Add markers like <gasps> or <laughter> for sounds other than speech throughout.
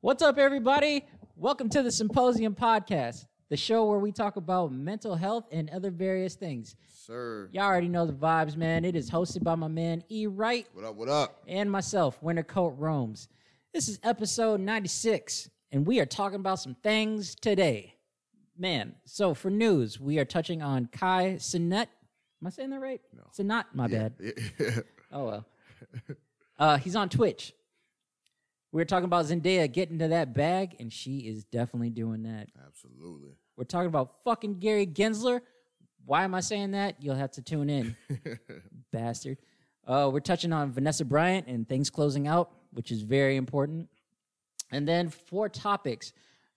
What's up, everybody? Welcome to the Symposium Podcast, the show where we talk about mental health and other various things. Sir. Y'all already know the vibes, man. It is hosted by my man E. Wright What up, what up? and myself, Winter Coat Rome's. This is episode 96, and we are talking about some things today. Man, so for news, we are touching on Kai Sinet. Am I saying that right? No. Sinat, my bad. Yeah. Oh well. Uh, he's on Twitch. We were talking about Zendaya getting to that bag, and she is definitely doing that. <laughs> Absolutely. <laughs> We're talking about fucking Gary Gensler. Why am I saying that? You'll have to tune in, <laughs> bastard. Uh, we're touching on Vanessa Bryant and things closing out, which is very important. And then four topics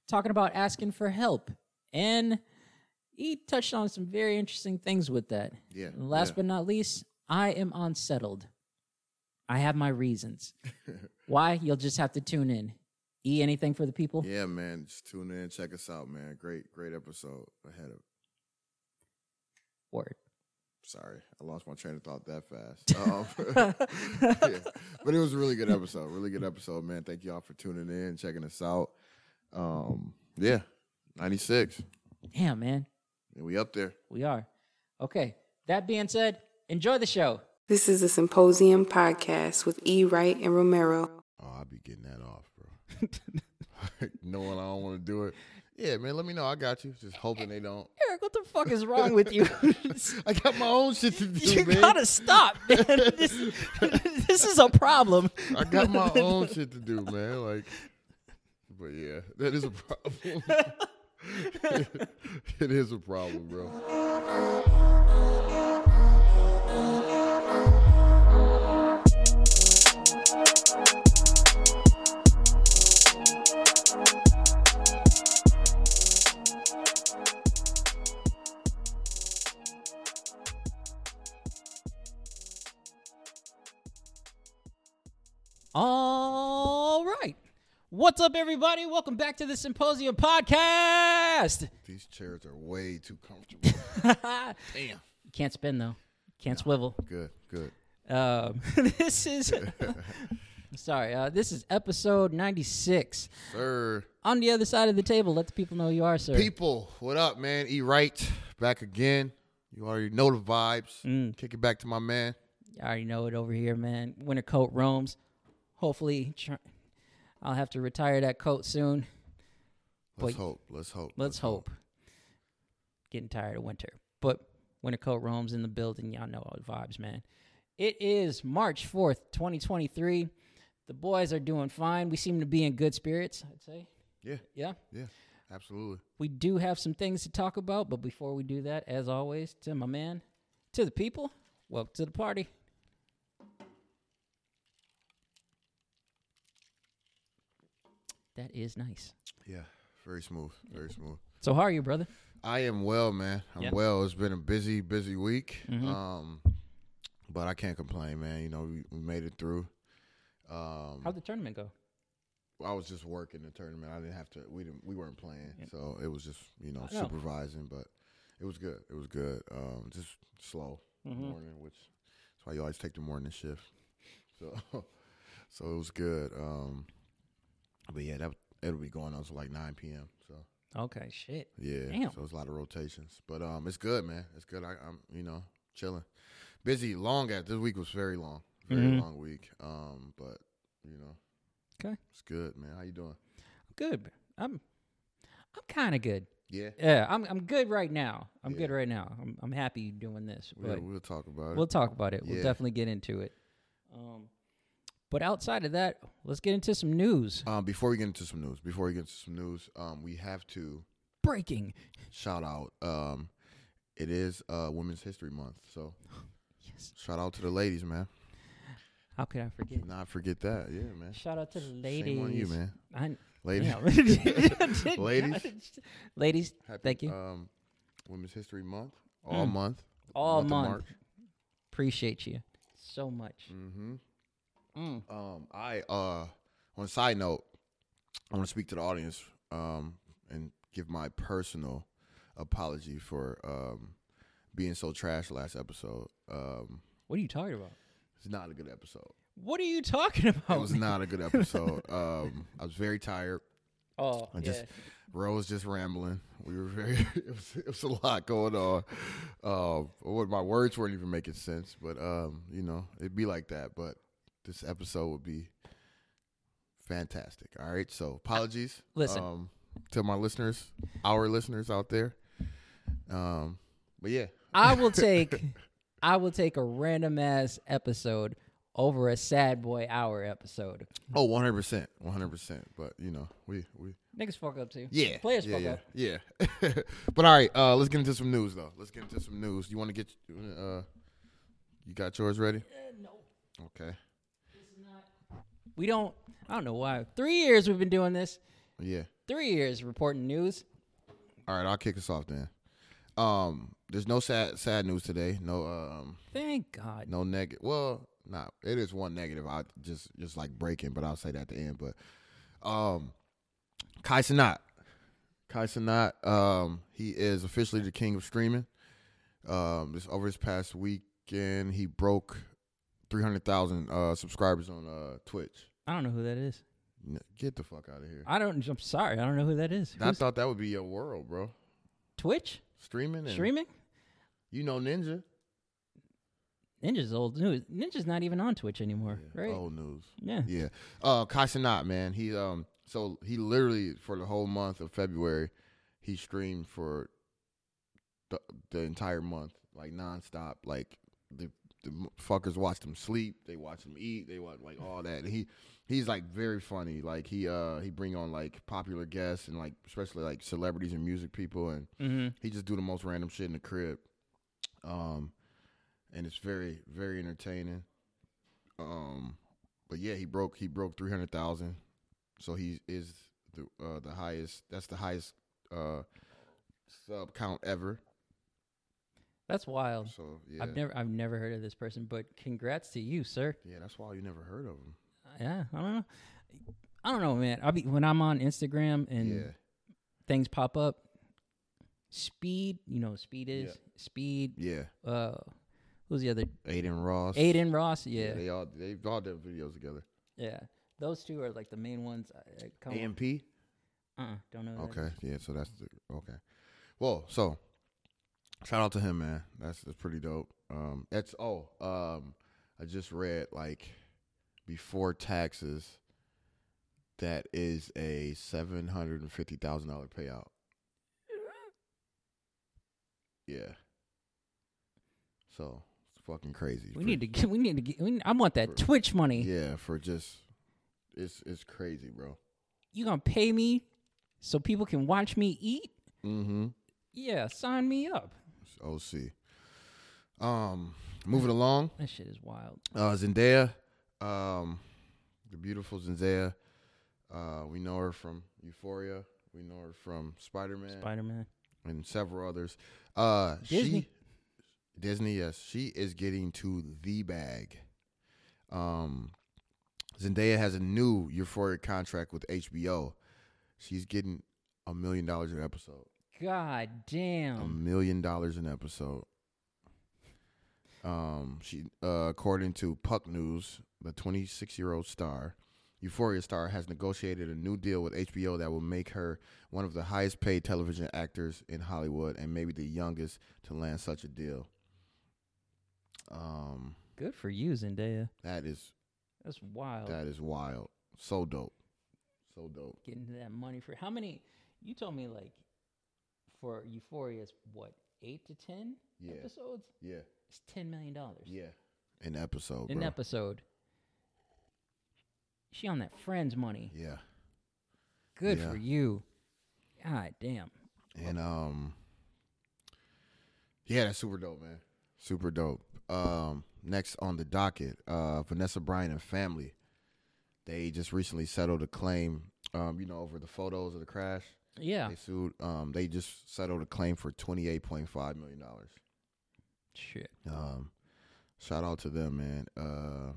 talking about asking for help. And he touched on some very interesting things with that. Yeah. And last but not least, I am unsettled. I have my <laughs> reasons. Why? You'll just have to tune in. E anything for the people? yeah, man. Just tune in, check us out, man. Great, great episode ahead of. <laughs> Word. Sorry, I lost my train of thought that <laughs> fast. Um, <laughs> yeah. But it was a really good episode. Really good episode, man. Thank y'all for tuning in, checking us out. Um, yeah, ninety six. Damn, man. And we up there. We are. Okay. That being said, enjoy the show. This is the Symposium Podcast with E. Wright and Romero. Oh, I'll be getting that off, <laughs> bro. <laughs> Knowing I don't want to do it. Yeah, man. Let me know. I got you. Just hoping they don't. Eric, what the fuck is wrong with <laughs> <laughs> you? <laughs> I got my own shit to do, you man. gotta stop, <laughs> man. This, this is a problem. I got my <laughs> own shit to do, man. Like, but yeah, that is a problem. <laughs> it is a problem, bro. All right. What's up, everybody? Welcome back to the Symposium Podcast. <laughs> These chairs are way too comfortable. Damn. Can't spin, though. Can't swivel. Good, good. Um, <laughs> this is. sorry. Uh, this is episode 96. Sir, On the other side of the table, let the people know who you are, sir. people, what up, man? E right back again. You already know the vibes. Mm. Kick it back to my man. I already know it over here, man. Winter coat roams. Hopefully, tr- I'll have to retire that coat soon. Let's Wait. hope. Let's hope. Let's hope. Getting tired of winter, but winter coat roams in the building. Y'all know all the vibes, man. It is March fourth, twenty twenty three. The boys are doing fine. We seem to be in good spirits. I'd say, Yeah, yeah. yeah, absolutely. We do have some things to talk about, but before we do that, as always, to my man, to the people, welcome to the party. That is nice. Yeah, very smooth. Very smooth. So how are you, brother? I am well, man. I'm Yeah. well. It's been a busy, busy week. Um, but I can't complain, man. You know, we, we made it through. Um, How'd the tournament go? I was just working the tournament. I didn't have to. We didn't. We weren't playing, so it was just you know I know. supervising. But it was good. It was good. Um, just slow morning, which that's why you always take the morning shift. So, <laughs> so it was good. Um, but yeah, that it'll be going on until like 9 p.m. So Okay, shit. yeah. Damn. So it's a lot of rotations. But um it's good, man. It's good. I, I'm you know, chilling. Busy, long at this week was very long. Very long week. Um, but you know, Mm-hmm. Okay, it's good, man. How you doing? good. I'm, I'm kind of good. Yeah. Yeah, I'm, I'm good right now. I'm good Yeah. right now. I'm, I'm happy doing this. We'll, But we'll talk about We'll it. talk about it. We'll Yeah. definitely get into it. Um, but outside of that, let's get into some news. Um, before we get into some news, before we get into some news, um, we have to Breaking. shout out. Um, it is uh Women's History Month, so <gasps> Yes. shout out to the ladies, man. How could I forget? Not forget that, yeah, man. Shout out to the ladies. Shame on you, man. I, Ladies, <laughs> Yeah. <laughs> Ladies. Ladies. Happy, thank you. Mm. Um, Women's History Month, all month, All of month. March. Mm. Appreciate you so much. Mm. Um, I uh, on a side note, I want to speak to the audience um, and give my personal apology for um, being so trash last episode. Um, What are you talking about? it's not a good episode. What are you talking <laughs> about? It was not a <laughs> good episode. um, I was very tired. oh, I yeah. just Ro was just rambling. We were very <laughs> it, was, it was a lot going on. Um, what my words weren't even making sense, but um, you know, it'd be like that. But this episode would be fantastic. All right, so apologies. Listen. um, to my listeners, our listeners out there. Um, but yeah, I <laughs> will take I will take a random ass episode over a sad boy hour episode. oh, one hundred percent, one hundred percent. But you know, we we Niggas fuck up too. Yeah. Players yeah, fuck yeah, up. Yeah. <laughs> but all right, uh, let's get into some news though. Let's get into some news. You want to get uh you got yours ready? no. Okay. We don't I don't know why. Three years we've been doing this. Yeah. Three years reporting news. All right, I'll kick us off then. Um there's no sad sad news today. No um Thank God. no negative. Well, nah, it is one negative. I just just like breaking, but I'll say that at the end, but um Kai Sinat. Kai Sinat, um he is officially the king of streaming. Um, this over this past weekend, he broke three hundred thousand uh, subscribers on uh, Twitch. I don't know who that is. N- Get the fuck out of here! I don't I'm sorry, I don't know who that is. I Who's- thought that would be your world, bro. Twitch? Streaming, and, Streaming? You know, Ninja. Ninja's old news. Ninja's not even on Twitch anymore, right? Old news. Yeah. Yeah. Uh, Kai Cenat, man. He um. So he literally for the whole month of February, he streamed for the the entire month, like nonstop. Like the the fuckers watched him sleep, they watched him eat, they watch like all that. And he he's like very funny. Like he uh he bring on like popular guests and like especially like celebrities and music people and Mm-hmm. he just do the most random shit in the crib. Um, and it's very, very entertaining. Um, but yeah, he broke he broke three hundred thousand, so he is the uh, the highest. That's the highest uh, sub count ever. That's wild. So yeah, I've never I've never heard of this person, but congrats to you, sir. yeah, that's why you never heard of him. Yeah, I don't know. I don't know, man. I be when I'm on Instagram and yeah, things pop up. Speed, you know, what speed is Yeah. speed. yeah, Uh, who's the other? Aiden Ross, Aiden Ross. Yeah, yeah. they all they all did videos together. Those two are like the main ones. I, I come AMP. uh, don't know. who that Okay, yeah. So that's the okay. Well, so shout out to him, man. That's that's pretty dope. Um, that's oh, um, I just read like before taxes, that is a seven hundred and fifty thousand dollar payout. Yeah. So it's fucking crazy. is. We need to get. We need to get. We need, I want that Twitch money. Yeah, for just it's it's crazy, bro. You gonna pay me so people can watch me eat? Mm-hmm. Yeah, sign me up. It's OC. Um, moving along. That shit is wild. uh, Zendaya, um, the beautiful Zendaya. Uh, we know her from Euphoria. We know her from Spider Man Spider Man. and several others. Uh, Disney. She, Disney, yes, she is getting to the bag. Um, Zendaya has a new Euphoria contract with HBO. She's getting a million dollars an episode. God damn. A million dollars an episode. Um, she, uh, according to Puck News, the 26 year old star, Euphoria star, has negotiated a new deal with HBO that will make her one of the highest paid television actors in Hollywood and maybe the youngest to land such a deal. Um, Good for you, Zendaya. that is That's wild. that is wild. So dope. So dope. getting that money for how many you told me like for euphoria it's what eight to ten Yeah. episodes Yeah. it's ten million dollars Yeah. An episode. an bro. episode she on that friends money Yeah. good Yeah. for you god damn And um Yeah, that's super dope, man. Super dope. Um next on the docket, uh Vanessa Bryan and family. They just recently settled a claim, um, you know, over the photos of the crash. yeah They sued um they just settled a claim for twenty eight point five million dollars. shit Um, shout out to them, man. Uh,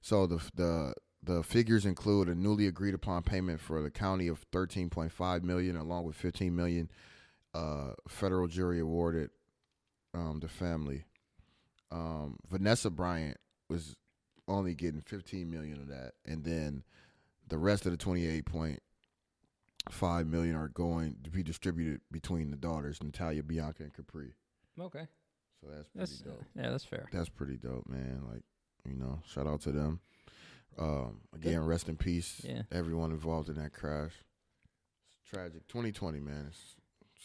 so the the the figures include a newly agreed upon payment for the county of thirteen point five million, along with fifteen million uh, federal jury awarded um, the family. Um, Vanessa Bryant was only getting 15 million of that, and then the rest of the 28.5 million are going to be distributed between the daughters, Natalia, Bianca, and Capri. Okay. So that's pretty That's dope. yeah, that's fair. That's pretty dope, man. Like, you know, shout out to them. Um, again, rest in peace. Yeah. Everyone involved in that crash. It's tragic. 2020, man. It's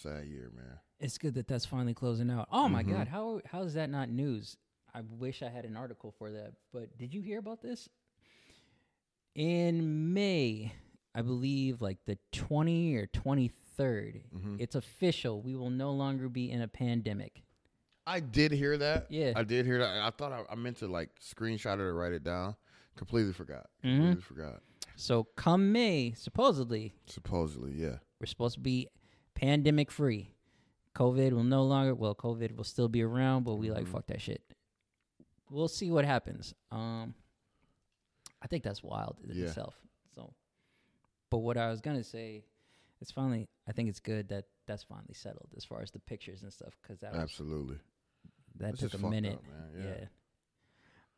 a sad year, man. It's good that that's finally closing out. Oh my Mhm. god, how how is that not news? I wish I had an article for that. But did you hear about this? In May, I believe like the 20 or 23rd, Mhm. it's official. We will no longer be in a pandemic. I did hear that. Yeah. I did hear that. I thought I, I meant to like screenshot it or write it down. Completely forgot. Mhm. Completely forgot. So come May, supposedly, Supposedly, yeah. we're supposed to be pandemic free. COVID will no longer well, COVID will still be around, but we like Mhm. fuck that shit. We'll see what happens. Um I think that's wild in Yeah. itself. So but what I was gonna say, it's finally I think it's good that that's finally settled as far as the pictures and stuff because that was, Absolutely. that It's took just a fucked minute. up, yeah. man. Yeah.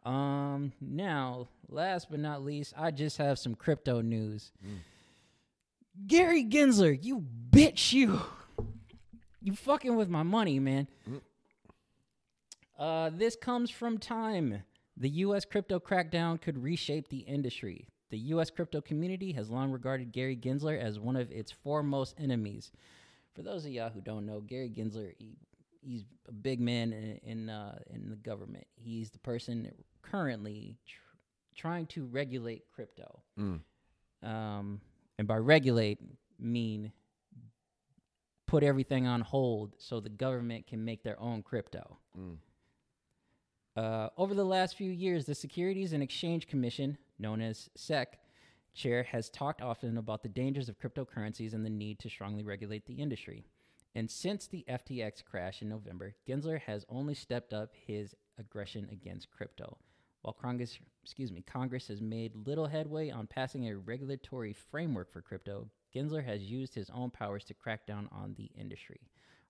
Um. Now, last but not least, I just have some crypto news. Mm. Gary Gensler, you bitch, you, you fucking with my money, man. Mm. Uh, this comes from Time. The U.S. crypto crackdown could reshape the industry. The U.S. crypto community has long regarded Gary Gensler as one of its foremost enemies. For those of y'all who don't know, Gary Gensler, he, he's a big man in in, uh, in the government. He's the person currently tr- trying to regulate crypto. Mm. Um, and by regulate, mean put everything on hold so the government can make their own crypto. Mm. Uh, over the last few years, the Securities and Exchange Commission, known as SEC, chair has talked often about the dangers of cryptocurrencies and the need to strongly regulate the industry. And since the FTX crash in November, Gensler has only stepped up his aggression against crypto. While Congress, excuse me, Congress has made little headway on passing a regulatory framework for crypto, Gensler has used his own powers to crack down on the industry.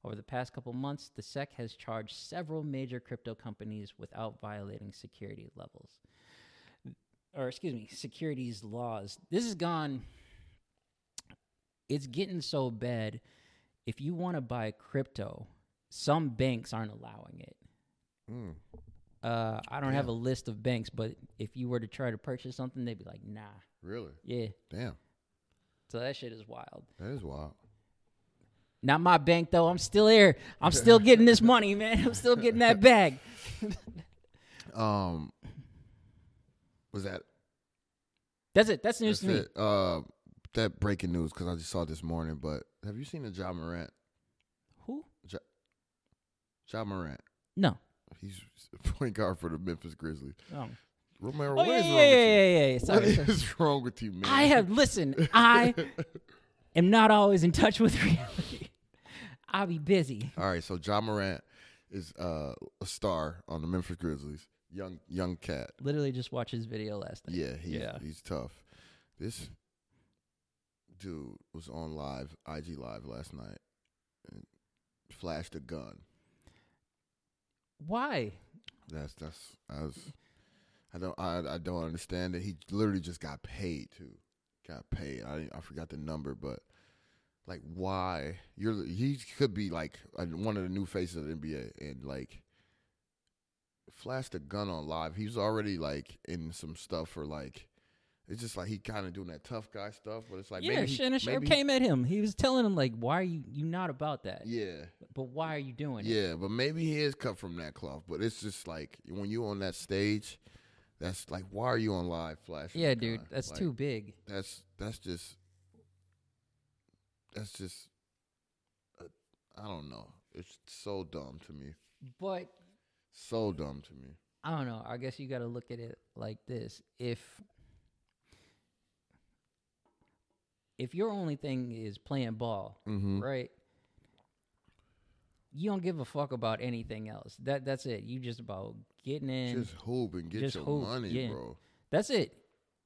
Over the past couple months, the SEC has charged several major crypto companies without violating security levels. Or, excuse me, securities laws. This has gone, it's getting so bad. If you want to buy crypto, some banks aren't allowing it. Mm. Uh, I don't have a list of banks, but if you were to try to purchase something, they'd be like, nah. Really? Yeah. Damn. So that shit is wild. That is wild. Not my bank though. I'm still here. I'm <laughs> still getting this money, man. I'm still getting that bag. Um, was that That's it. That's news That's to me. it. Uh, that breaking news because I just saw it this morning. But have you seen the Ja Morant? Who? Ja, ja Morant. No. He's <laughs> point guard for the Memphis Grizzlies. Um, Romero, oh what yeah, is yeah, wrong yeah, with you? yeah, yeah, yeah. What Sorry. sorry. is <laughs> wrong with you, man? I <laughs> have listen. I am not always in touch with <laughs> reality. I'll be busy. All right, so Ja Morant is uh, a star on the Memphis Grizzlies. Young, young cat. Literally just watched his video last night. Yeah, he's Yeah. he's tough. This dude was on live IG live last night and flashed a gun. Why? That's that's I was I don't I I don't understand it. He literally just got paid too. Got paid. I didn't- I forgot the number, but like why you're he could be like a- one of the new faces of the NBA and like flashed a gun on live. He was already like in some stuff for like it's just like he kind of doing that tough guy stuff, but it's like yeah, maybe he- Shannon Sharp maybe he- came at him. He was telling him like, "Why are you you not about that? Yeah, But why are you doing it?" Yeah, but maybe he is cut from that cloth. But it's just like when you on that stage, that's like why are you on live flash? Yeah, dude, that's too big. That's that's just that's just uh, I don't know. It's so dumb to me. But So dumb to me. I don't know. I guess you got to look at it like this. If if your only thing is playing ball, Mm-hmm. right? You don't give a fuck about anything else. That that's it. You just about getting in. Just hoop and get just your hoop, money, yeah. bro. that's it.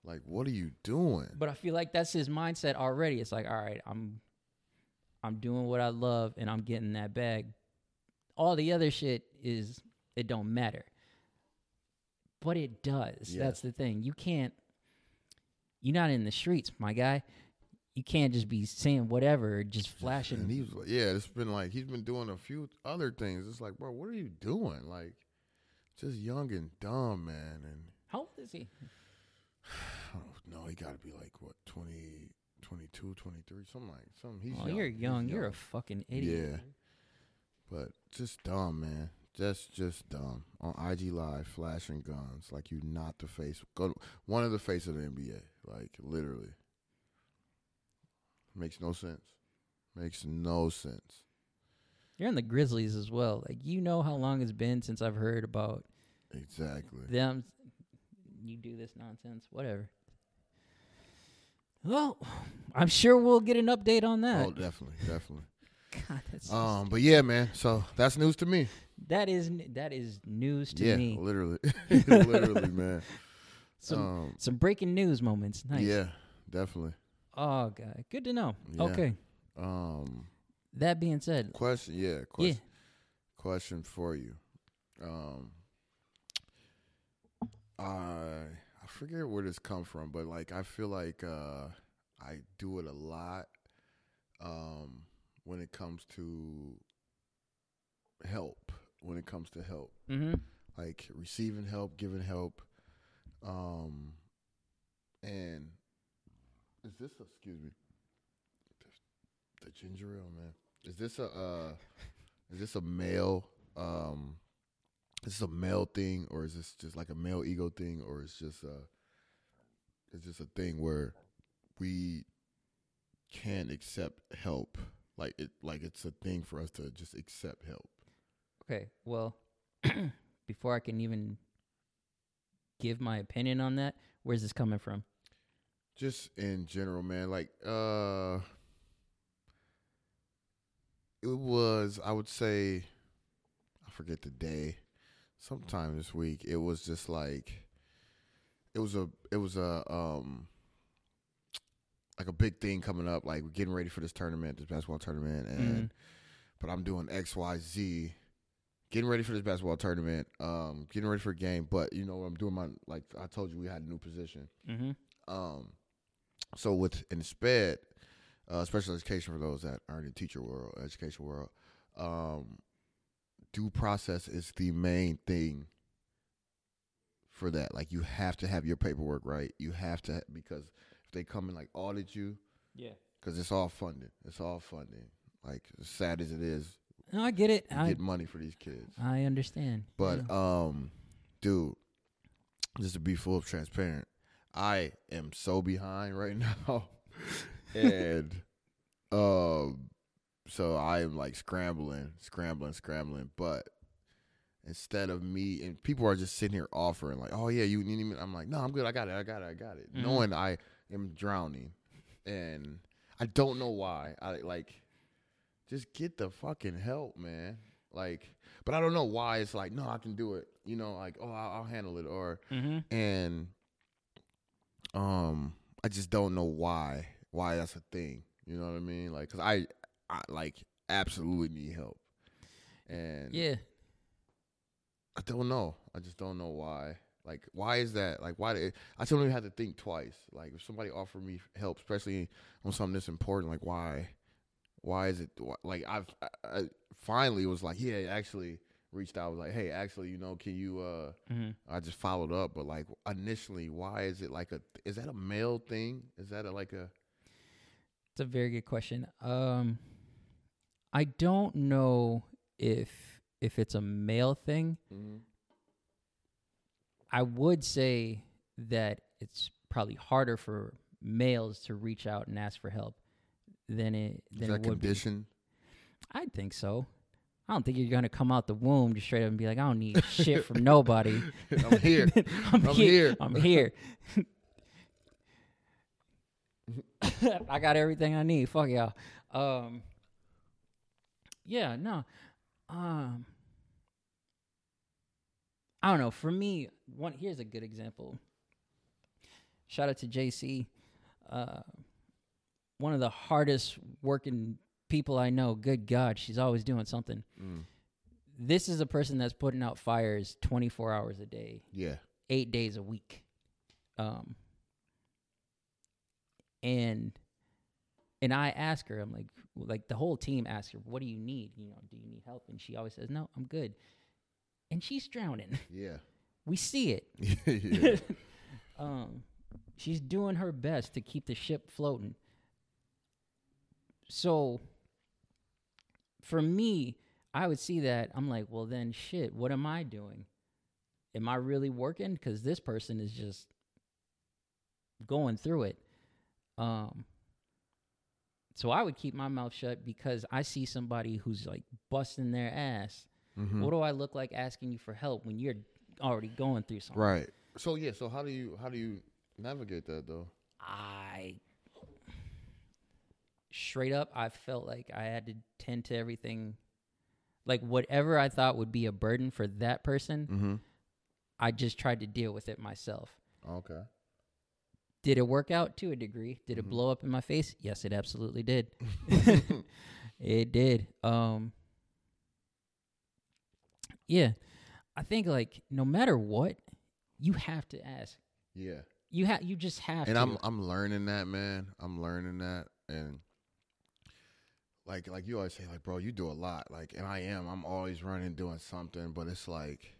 Like, what are you doing? But I feel like that's his mindset already. It's like, all right, I'm I'm doing what I love and I'm getting that bag. All the other shit is it don't matter. but it does. Yeah. That's the thing. You can't. You're not in the streets, my guy. You can't just be saying whatever, or just And flashing. he was like, yeah, it's been like he's been doing a few other things. It's like, bro, what are you doing? Like, just young and dumb, man. And How old is he? I <sighs> don't know, he got to be like what 20, 22, 23, something like something. He's Oh, young. you're He's young. You're a fucking idiot. Yeah. But just dumb, man. Just just dumb. On IG Live, flashing guns. Like you not the face go one of the face of the NBA. Like literally. Makes no sense. Makes no sense. You're in the Grizzlies as well. Like you know how long it's been since I've heard about Exactly. them. You do this nonsense, whatever. Well, I'm sure we'll get an update on that. Oh, definitely, <laughs> definitely. God, that's Um, but yeah, man. So that's news to me. that is n- that is news to yeah, me. <laughs> literally, <laughs> literally, man. Some um, some breaking news moments. Nice. Yeah, definitely. Oh god, good to know. Yeah. Okay. Um, That being said, question. Yeah, question. question for you. Um, I I forget where this come from, but like I feel like uh, I do it a lot um, when it comes to help. When it comes to help, yeah. Mm-hmm. like receiving help, giving help, um, and is this a, excuse me the ginger ale man? Is this a uh, is this a male um is this a male thing or is this just like a male ego thing or is just a it's just a thing where we can't accept help like it like it's a thing for us to just accept help. Okay. Well, <clears throat> before I can even give my opinion on that, where's this coming from? just in general man like uh it was i would say i forget the day sometime this week it was just like it was a it was a um like a big thing coming up like we're getting ready for this tournament this basketball tournament and Mhm. but i'm doing xyz getting ready for this basketball tournament um getting ready for a game but you know i'm doing my like i told you we had a new position Mm-hmm. um, so with in SPED, uh, special education for those that are in the teacher world, education world, um, due process is the main thing for that. Like you have to have your paperwork right. You have to because if they come and like audit you, Yeah. because it's all funded. It's all funding. Like as sad as it is, No, I get it. you I get money for these kids. I understand. But Yeah. um, dude, just to be full of transparent, I am so behind right <laughs> now, and um, so I am like scrambling, scrambling, scrambling. But instead of me and people are just sitting here offering like, "Oh yeah, you need me?" I'm like, "No, I'm good. I got it. I got it. I got it." Mhm. Knowing I am drowning, and I don't know why. I like just get the fucking help, man. Like, but I don't know why it's like, no, I can do it. You know, like, oh, I'll, I'll handle it, or Mhm. uh, and um, I just don't know why why that's a thing. You know what I mean? Like, cause I, I like absolutely need help, and yeah. I don't know. I just don't know why. Like, why is that? Like, why? Did, I don't even have to think twice. Like, if somebody offered me help, especially on something that's important, like, why? Why is it? Why, like, I've I, I finally was like, yeah, actually reached out. Was like, hey, actually, you know, can you? uh Mm-hmm. I just followed up, but like initially, why is it like a? Is that a male thing? Is that a, like a? It's a very good question. Um, I don't know if if it's a male thing. Mm-hmm. I would say that it's probably harder for males to reach out and ask for help than it Is than that it would be. <laughs> condition? <laughs> I think so. I don't think you're gonna come out the womb just straight up and be like, I don't need <laughs> shit from nobody. I'm here. <laughs> I'm, I'm here. here. I'm here. <laughs> I got everything I need. Fuck y'all. Um, yeah, no. Um, I don't know. For me, one here's a good example. Shout out to JC. Uh, one of the hardest working people I know. Good God, she's always doing something. Mm. This is a person that's putting out fires 24 hours a day Yeah, eight days a week, um, and and I ask her, I'm like, like the whole team asks her, "What do you need? You know, do you need help?" And she always says, "No, I'm good," and she's drowning. <laughs> Yeah. <laughs> We see it. yeah. Mm-hmm. <laughs> um, she's doing her best to keep the ship floating. So, for me, I would see that I'm like, well, then shit, what am I doing? Am I really working? Because this person is just going through it. Um, so I would keep my mouth shut because I see somebody who's like busting their ass. Mhm. What do I look like asking you for help when you're already going through something? Right. So yeah. So how do you how do you navigate that though? I straight up I felt like I had to tend to everything like whatever I thought would be a burden for that person, Mm-hmm. I just tried to deal with it myself. Okay. Did it work out to a degree? Did Mm-hmm. it blow up in my face? Yes, it absolutely did. <laughs> it did. Um Yeah. I think like no matter what, you have to ask. <laughs> Yeah. You have you just have and to I'm I'm learning that, man. I'm learning that, and like like you always say, like bro, you do a lot, like, and I am. I'm always running, doing something, but it's like,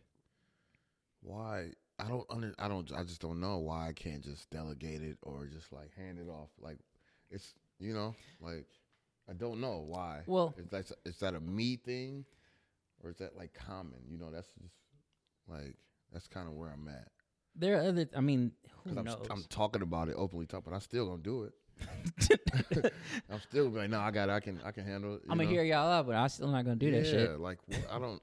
why? I don't under, I don't I just don't know why I can't just delegate it or just like hand it off. Like, it's you know like I don't know why. Well- is that is that a me thing, or is that like common? You know, that's just like that's kind of where I'm at. there are other I mean, who Cause I'm, knows? I'm talking about it openly, talk, but I still gonna do it. <laughs> <laughs> I'm still gonna be like, no, I got, it. I can, I can handle it. you I'm gonna know? hear y'all out, but I'm still not gonna do that Yeah, shit. Like wh- I don't.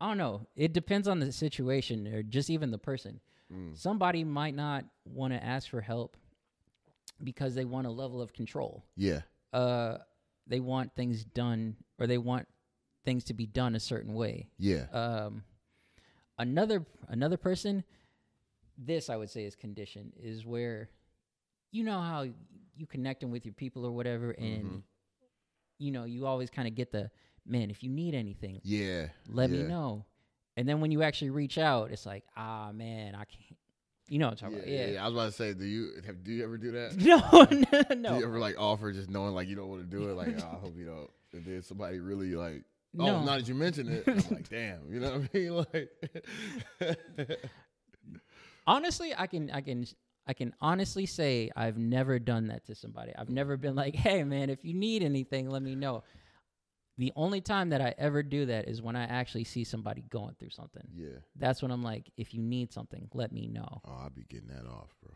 I don't know. It depends on the situation or just even the person. Mm, Somebody might not want to ask for help because they want a level of control. yeah, Uh, they want things done or they want things to be done a certain way. yeah, Um, another another person, this I would say is condition is where you know how you connecting with your people or whatever, and Mhm. you know you always kind of get the man if you need anything yeah. let me yeah. know. And then when you actually reach out, it's like, ah, man, I can't. You know what I'm Yeah, talking yeah, yeah. I was about to say, do you have? Do you ever do <laughs> that? about? Yeah. No, Do no, you no. ever oh, like offer just knowing like you don't want to do it? Like "Oh, I hope you don't. And then somebody really like, oh, No. now that you mention it, I'm <laughs> like, damn. You know what I mean? <laughs> Like, <laughs> Honestly, I can, I can, I can honestly say I've never done that to somebody. I've never been like, hey, man, if you need anything, let me know. The only time that I ever do that is when I actually see somebody going through something. yeah. That's when I'm like, if you need something, let me know. Oh, I'll be getting that off, <laughs> bro.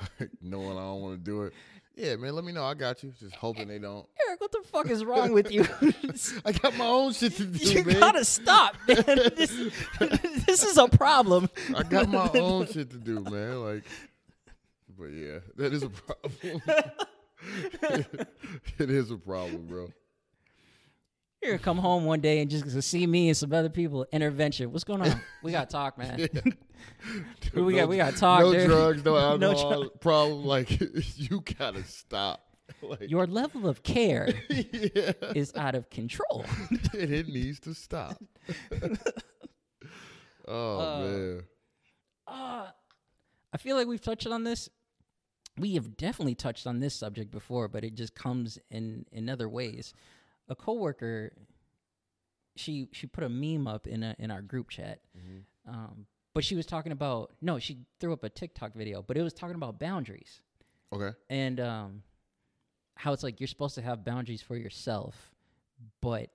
<laughs> like, knowing I don't want to do it. Yeah, man, let me know. I got you. Just hoping they don't. Eric, what the fuck is wrong with <laughs> you? <laughs> I got my own shit to do, you man. gotta stop, <laughs> man. this, this is a problem. I <laughs> got my own shit to do, man. Like, but yeah, that is a problem. <laughs> it is a problem, bro. You're gonna come home one day and just gonna see me and some other people. Intervention. What's going on? We gotta talk, <laughs> man. <laughs> We got- we gotta talk, No dude. drugs, <laughs> no No alcohol. problem. Like, <laughs> you gotta stop. Like, Your level of <laughs> care yeah. is out of control. and it needs to stop. <laughs> oh man, Uh, I feel like we've touched on this. We have definitely touched on this subject before, but it just comes in in other ways. A coworker, she she put a meme up in a in our group chat, um, but she was talking about no, she threw up a TikTok video, but it was talking about boundaries. okay, and um, how it's like you're supposed to have boundaries for yourself, but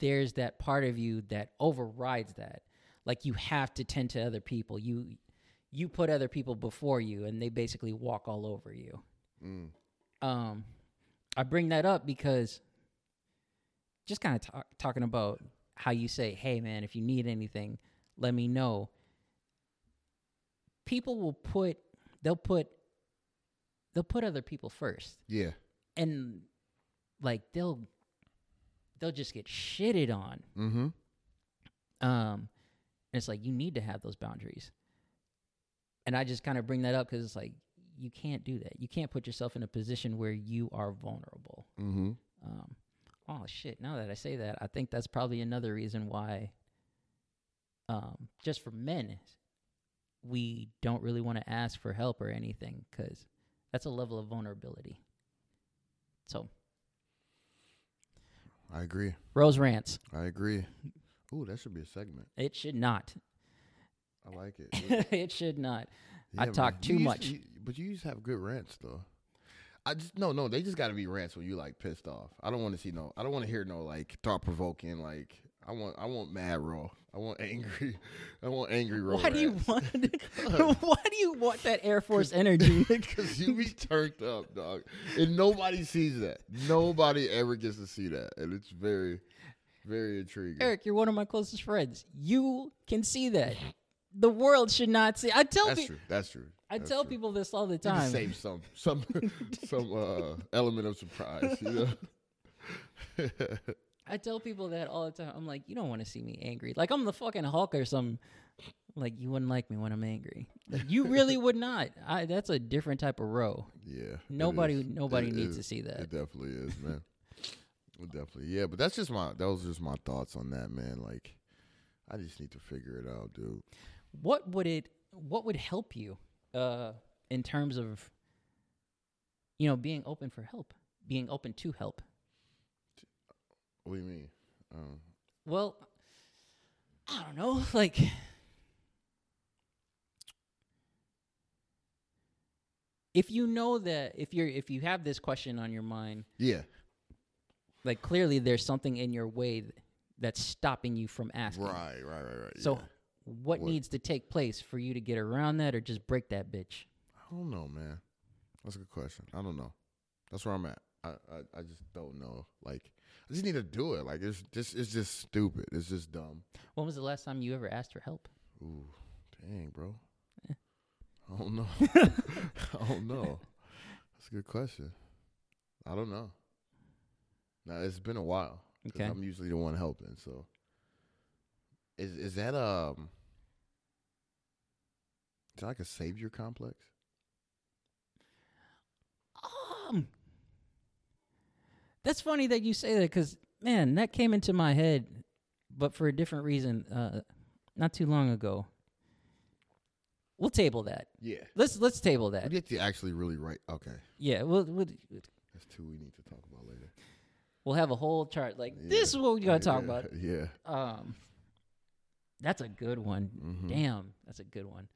there's that part of you that overrides that. Like you have to tend to other people. You you put other people before you, and they basically walk all over you. Mm. Um, I bring that up because just kind of talk, talking about how you say, "Hey, man, if you need anything, let me know." People will put they'll put they'll put other people first yeah, and like they'll they'll just get shitted on mm-hmm, um and it's like you need to have those boundaries and i just kind of bring that up because it's like you can't do that you can't put yourself in a position where you are vulnerable mm-hmm. um oh shit now that i say that i think that's probably another reason why um just for men we don't really want to ask for help or anything because that's a level of vulnerability. So I agree. Rose rants. I agree. Ooh, that should be a segment. It should not. <laughs> I like it. Yeah, it should not. I man. talk You too used- much. you- but you used to have good rants though. I just no, no. They just got to be rants when you like pissed off. I don't want to see no. I don't want to hear no like thought provoking. Like I want, I want mad raw. I want <laughs> angry. I want angry raw. Why do you rants. <laughs> want? <laughs> why do you want that Air Force <laughs> energy? Because you be turned up, dog. And nobody sees that. Nobody ever gets to see that. And it's very, very intriguing. Eric, you're one of my closest friends. You can see that. The world should not see. I tell That's people. true. That's true. I That's tell true. people this all the You can time. save some some <laughs> some uh, element of surprise, you know. I tell people that all the time. I'm like, you don't want to see me angry. Like I'm the fucking Hulk or something. Like you wouldn't like me when I'm angry. Like, you really would not. I, that's a different type of row. Yeah. it Nobody- is. nobody It needs is. to see that. It definitely is, man. it definitely. Yeah, but that's just my that was just my thoughts on that, man. Like I just need to figure it out, dude. What would it? What would help you uh, in terms of you know being open for help, being open to help? What do you mean? Um, Well, I don't know. <laughs> Like, if you know that if you're if you have this question on your mind, yeah. like clearly there's something in your way th- that's stopping you from asking. Right, right, right, right. So, yeah. what, What- needs to take place for you to get around that, or just break that bitch? I don't know, man. That's a good question. I don't know. That's where I'm at. I, I, I just don't know. Like I just need to do it. Like it's just it's just stupid. It's just dumb. When was the last time you ever asked for help? Ooh, dang, bro. I don't know. <laughs> <laughs> I don't know. That's a good question. I don't know. Now it's been a while. 'cause Okay. I'm usually the one helping. So, is is that um, is that like a savior complex? Um, that's funny that you say that because man, that came into my head, but for a different reason. Uh, not too long ago. We'll table that. Yeah. Let's let's table We that. get to actually really right. Okay, Yeah, we'll we'll, that's two we need to talk about later. we'll have a whole chart like Yeah. this. Is what we gotta talk Yeah, about. <laughs> Yeah. Um, that's a good one. Mhm. Damn, that's a good one.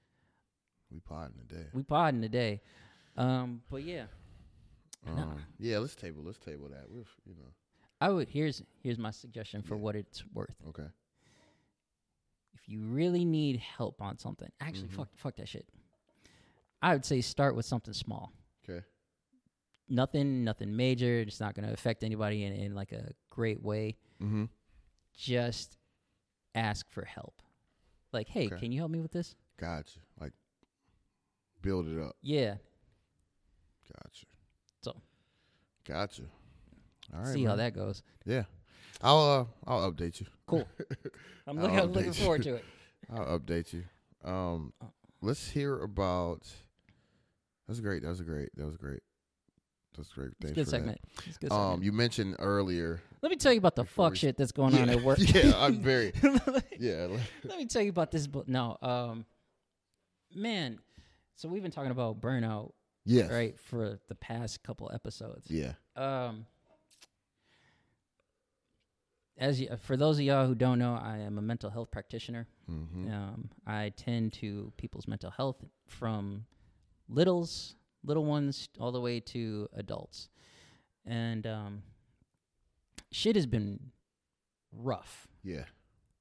We potting today. We podding today. Um, but yeah, no. Um, yeah. Let's table. Let's table that. We've you know. I would here's here's my suggestion for what it's worth. Okay. if you really need help on something, actually, Mm-hmm. fuck, fuck that shit. I would say start with something small. Okay. Nothing, nothing major. It's not going to affect anybody in, in like a great way. Mm-hmm. Just ask for help. Like, hey, Okay. can you help me with this? Gotcha. Like build it up. Yeah. Gotcha. So- gotcha. All right. See how man. that goes. Yeah. I'll uh, I'll update you. <laughs> Cool. I'm I'll looking, I'm looking update forward you. to it. I'll update you. Um, Oh. let's hear about. That's great. That was great. That was great. That's great. It's a Thanks good for segment. It's a good That. Um, segment. you mentioned earlier. Let me tell you about the before fuck we- shit that's going on yeah, at work. yeah, <laughs> I'm very. Like- <laughs> Yeah. like- Let me tell you about this book. No, um, man. So we've been talking about burnout, Yes. right, for the past couple episodes. Yeah. Um, as y for those of y'all who don't know, I am a mental health practitioner. Mm-hmm. Um, I tend to people's mental health from littles, little ones, all the way to adults, and um, shit has been rough Yeah.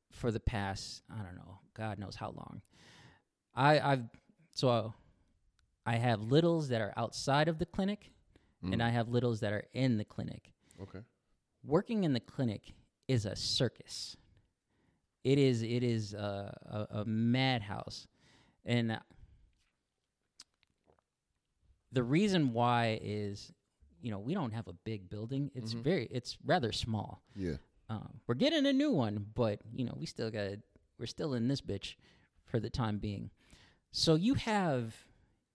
for the past I don't know, God knows how long. I I've so I have littles that are outside of the clinic, and I have littles that are in the clinic. Okay. Working in the clinic is a circus. It is it is a, a, a madhouse, and the reason why is you know we don't have a big building. It's very it's rather small. Yeah. Um, we're getting a new one, but you know we still got we're still in this bitch for the time being. So you have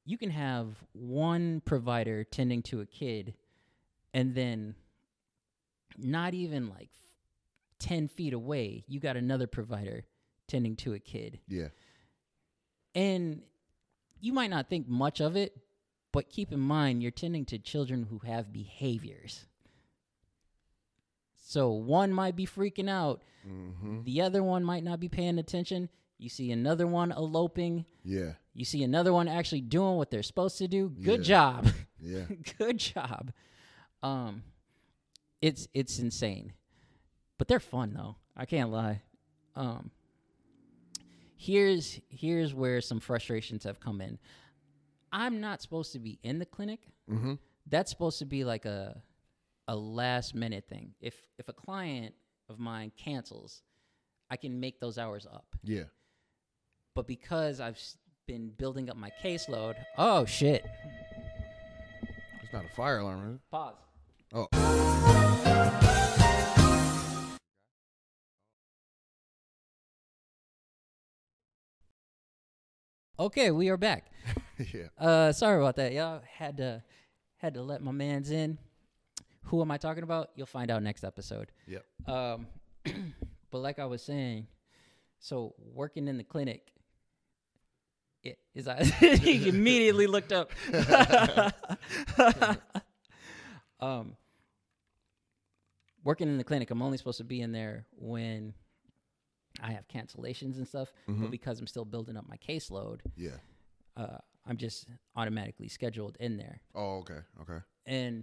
you can have one provider tending to a kid, and then not even like ten feet away, you got another provider tending to a kid, Yeah. And you might not think much of it, but keep in mind you're tending to children who have behaviors. So one might be freaking out, Mm-hmm. the other one might not be paying attention. You see another one eloping, Yeah. you see another one actually doing what they're supposed to do. Good Yeah. job. <laughs> Yeah. Good job. Um it's it's insane. But they're fun though. I can't lie. Um here's here's where some frustrations have come in. I'm not supposed to be in the clinic. Mm-hmm. That's supposed to be like a a last minute thing. If if a client of mine cancels, I can make those hours up Yeah. but because I've s- been building up my caseload, oh shit. It's not a fire alarm, is it? Pause. Oh. Okay, we are back. <laughs> yeah. Uh, sorry about that, y'all. Had to had to let my man's in. Who am I talking about? You'll find out next episode. Yep. Um, <clears throat> but like I was saying, so working in the clinic, it is I <laughs> he immediately looked <laughs> up. um, working in the clinic, I'm only supposed to be in there when I have cancellations and stuff. Mm-hmm. But because I'm still building up my caseload, Yeah. uh, I'm just automatically scheduled in there Oh, okay. Okay. and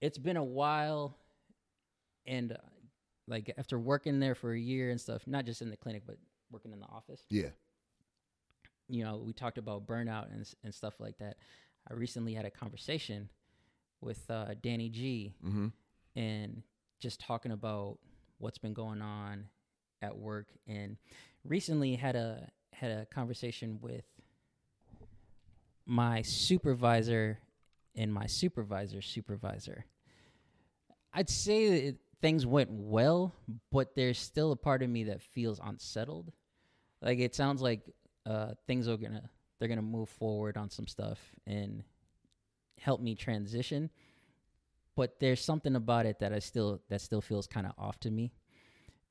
it's been a while and uh, like after working there for a year and stuff not just in the clinic but working in the office Yeah. you know we talked about burnout and, s- and stuff like that i recently had a conversation with uh, danny g Mm-hmm. and just talking about what's been going on at work and recently had a had a conversation with my supervisor and my supervisor's supervisor i'd say that it- things went well but there's still a part of me that feels unsettled like it sounds like uh, things are gonna they're gonna move forward on some stuff and help me transition but there's something about it that i still that still feels kind of off to me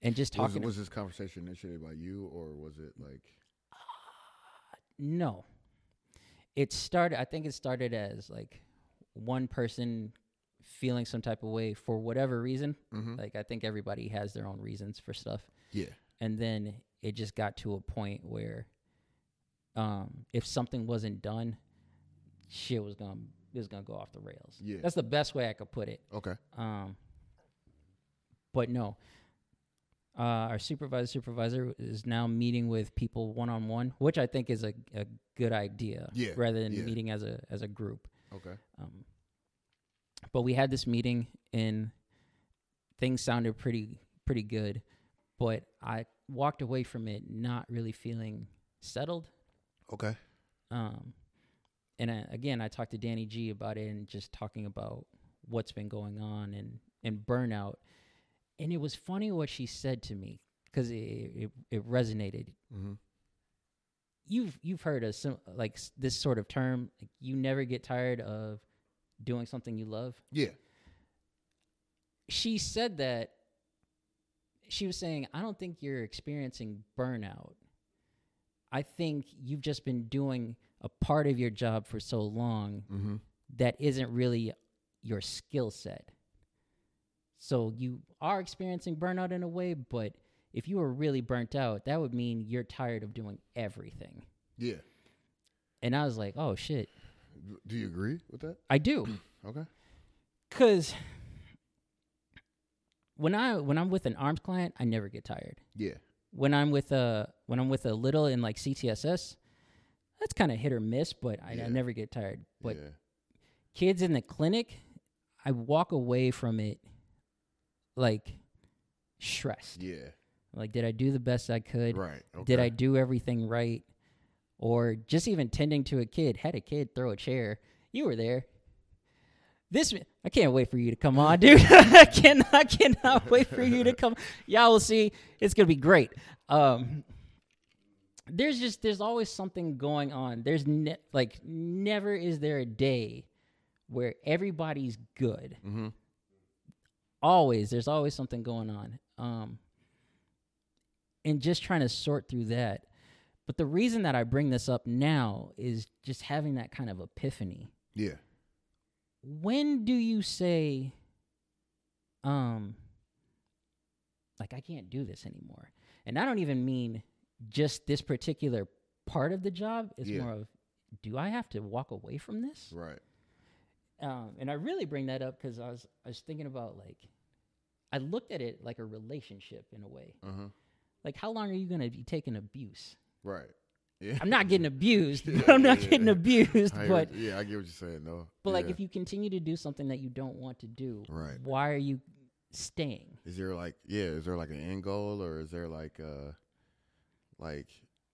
and just Was, talking was this conversation initiated by you, or was it like? No. It started I think it started as like one person feeling some type of way for whatever reason. Mm-hmm. Like I think everybody has their own reasons for stuff. Yeah. And then it just got to a point where um if something wasn't done, shit was going to it was going to go off the rails. Yeah. That's the best way I could put it. Okay. Um, but no, uh, our supervisor supervisor is now meeting with people one on one, which I think is a, a good idea, Yeah, rather than yeah. meeting as a as a group. Okay. Um, but we had this meeting and things sounded pretty pretty good, but I walked away from it not really feeling settled. Okay. Um, and I, again, I talked to Danny G about it and just talking about what's been going on and, and burnout. And it was funny what she said to me because it, it, it resonated. Mm-hmm. You've, you've heard of some, like s- this sort of term, like you never get tired of doing something you love. Yeah. She said that she was saying, I don't think you're experiencing burnout. I think you've just been doing a part of your job for so long Mm-hmm. that isn't really your skill set. So you are experiencing burnout in a way, but if you were really burnt out, that would mean you're tired of doing everything. Yeah. And I was like, oh shit, D- Do you agree with that? I do. <clears throat> Okay. Cause when I when I'm with an arms client, I never get tired. Yeah. When I'm with a when I'm with a little in like CTSS, that's kind of hit or miss, but I, Yeah. I never get tired. But yeah. kids in the clinic, I walk away from it like stressed. Yeah. Like, did I do the best I could? Right. Okay. Did I do everything right? Or just even tending to a kid, had a kid throw a chair. You were there. This I can't wait for you to come on, <laughs> dude. I can I cannot wait for you to come. Y'all will see. It's gonna be great. Um, there's just there's always something going on. There's ne- like never is there a day where everybody's good Mm-hmm. always there's always something going on um and just trying to sort through that But the reason that I bring this up now is just having that kind of epiphany. Yeah. When do you say, um, like I can't do this anymore? And I don't even mean just this particular part of the job. It's Yeah. more of, do I have to walk away from this? Right. um, and I really bring that up because I was I was thinking about like I looked at it like a relationship in a way. Uh huh. Like how long are you going to be taking abuse? Right. Yeah. I'm not getting abused, but <laughs> I'm not Yeah. getting abused. <laughs> I hear But what- yeah, I get what you're saying though. but like Yeah. if you continue to do something that you don't want to do, Right. why are you staying? Is there like yeah, is there like an end goal or is there like uh like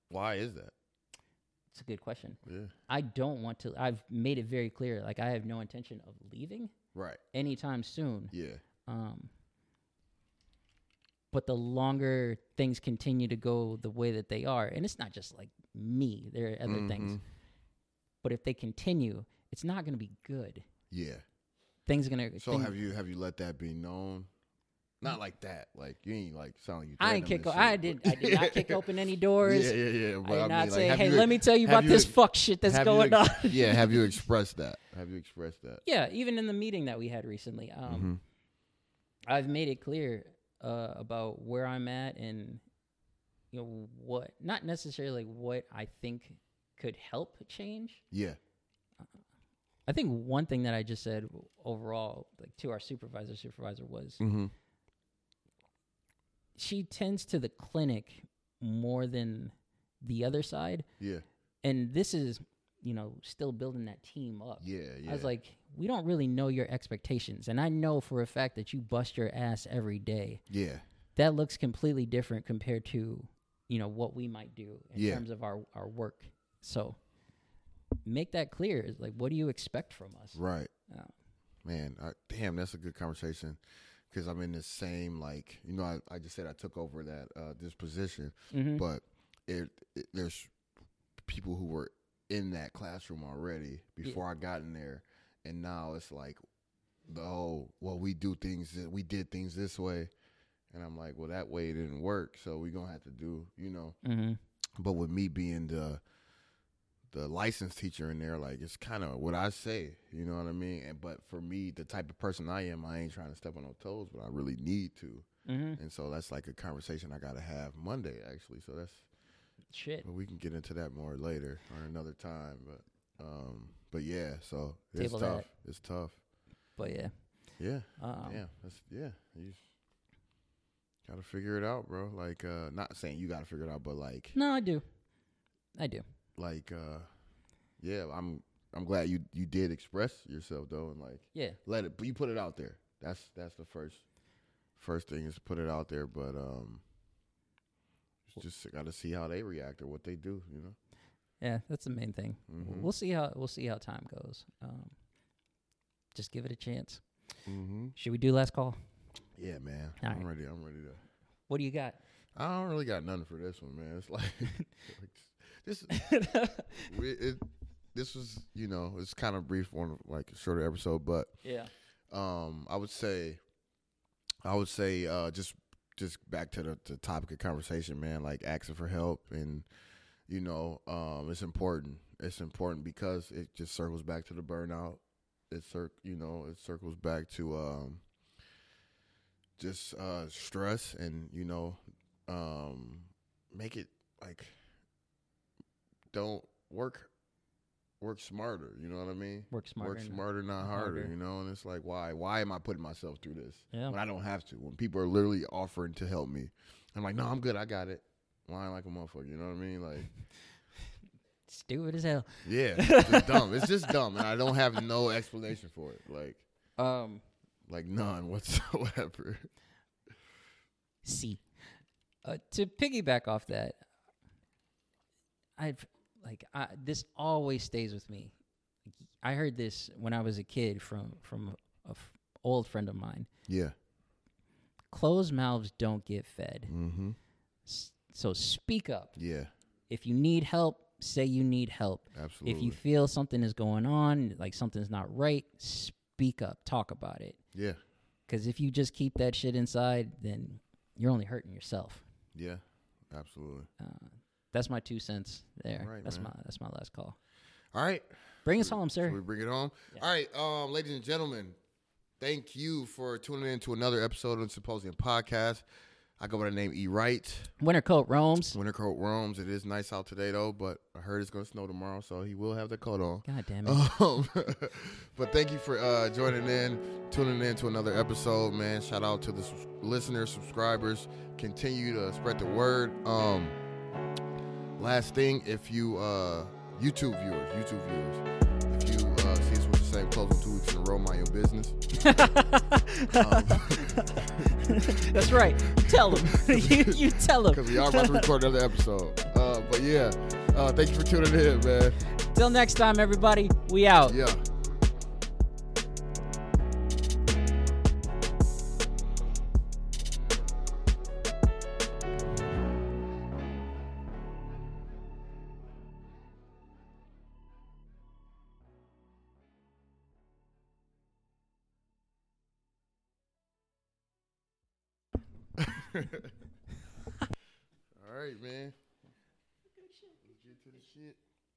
why is that? It's a good question. Yeah. I don't want to. I've made it very clear. Like I have no intention of leaving Right. anytime soon. Yeah. Um, but the longer things continue to go the way that they are, and it's not just like me, there are other things, Mhm. but if they continue, it's not going to be good. Yeah. Things going to. So have you have you let that be known? Not like that. Like you ain't like sounding you. I ain't ain't kick. O- I did. I did not <laughs> kick open any doors. Yeah, yeah, yeah. I But did mean, not like, say, have "Hey, let me tell you have about this ex- fuck shit that's have you going ex- on." yeah. Have you expressed that? Have you expressed that? <laughs> yeah, even in the meeting that we had recently, um, Mhm. I've made it clear uh, about where I'm at and you know what not necessarily what I think could help change. Yeah. I think one thing that I just said overall like to our supervisor supervisor was Mm-hmm. she tends to the clinic more than the other side Yeah. and this is you know still building that team up. Yeah. Yeah. I was like we don't really know your expectations and I know for a fact that you bust your ass every day. Yeah. that looks completely different compared to you know what we might do in Yeah. terms of our our work so make that clear It's like what do you expect from us Right. Yeah. Man, I, damn, that's a good conversation because I'm in the same like you know I, I just said I took over that uh, this position, Mhm. but it, it there's people who were in that classroom already before I got in there, and now it's like the whole well we do things that we did things this way, and I'm like well that way didn't work, so we're gonna have to do you know Mhm. but with me being the the licensed teacher in there, like it's kind of what I say, you know what I mean. And but for me, the type of person I am, I ain't trying to step on no toes, but I really need to. Mhm. And so that's like a conversation I got to have Monday, actually. So that's shit but we can get into that more later or another time. But um, but yeah, so it's Table tough. that. It's tough. but yeah Yeah, um, yeah, that's yeah. You got to figure it out, bro. Like uh, not saying you got to figure it out, but like no i do i do like uh yeah i'm i'm glad you you did express yourself though and like yeah let it but you put it out there that's that's the first first thing is put it out there but um just gotta see how they react or what they do you know yeah that's the main thing Mhm. we'll see how we'll see how time goes um, just give it a chance mm-hmm. should we do last call yeah man All i'm right. ready i'm ready to what do you got i don't really got nothing for this one man it's <laughs> like, like <laughs> this we- it, this was you know it's kind of brief on like a shorter episode but yeah um i would say i would say uh just just back to the, the topic of conversation man like asking for help and you know um it's important it's important because it just circles back to the burnout it cir- you know it circles back to um just uh stress and you know um make it like don't work work smarter you know what i mean work smarter work and- smarter, not harder, harder. You know, and it's like, why? Why am I putting myself through this Yeah. when I don't have to? When people are literally offering to help me, I'm like, no, I'm good. I got it. Lying like a motherfucker. You know what I <laughs> mean? Like, stupid as hell yeah, it's just dumb. It's just dumb, and I don't have no explanation for it. Like, um like none <laughs> whatsoever. C. Uh, to piggyback off that, I've like I, this always stays with me. I heard this when I was a kid from from a f- old friend of mine. Yeah. Closed mouths don't get fed. Mm-hmm. S- So speak up. Yeah. If you need help, say you need help. Absolutely. If you feel something is going on, like something's not right, speak up. Talk about it. yeah. Because if you just keep that shit inside, then you're only hurting yourself. Yeah. Absolutely. Uh, That's my two cents there. Right, that's man. my that's my last call. All right. Bring us home, sir. Should we bring it home? All right, um, ladies and gentlemen, thank you for tuning in to another episode of the Symposium Podcast. I go by the name E. Wright. Winter coat roams. Winter coat roams. It is nice out today though, but I heard it's gonna snow tomorrow, so he will have the coat on. God damn it. <laughs> Um, but thank you for uh, joining in, tuning in to another episode, man. Shout out to the sus- listeners, subscribers. Continue to spread the word. Um, last thing, if you uh, YouTube viewers, YouTube viewers, if you uh, see us with the same clothes in two weeks in a row, mind your business. That's right. Tell them. <laughs> you, you tell them. <laughs> Because we are about to record another episode. Uh, but yeah, uh, thank you for tuning in, man. Till next time, everybody. We out. Yeah. <laughs> All right, man. Get to the shit.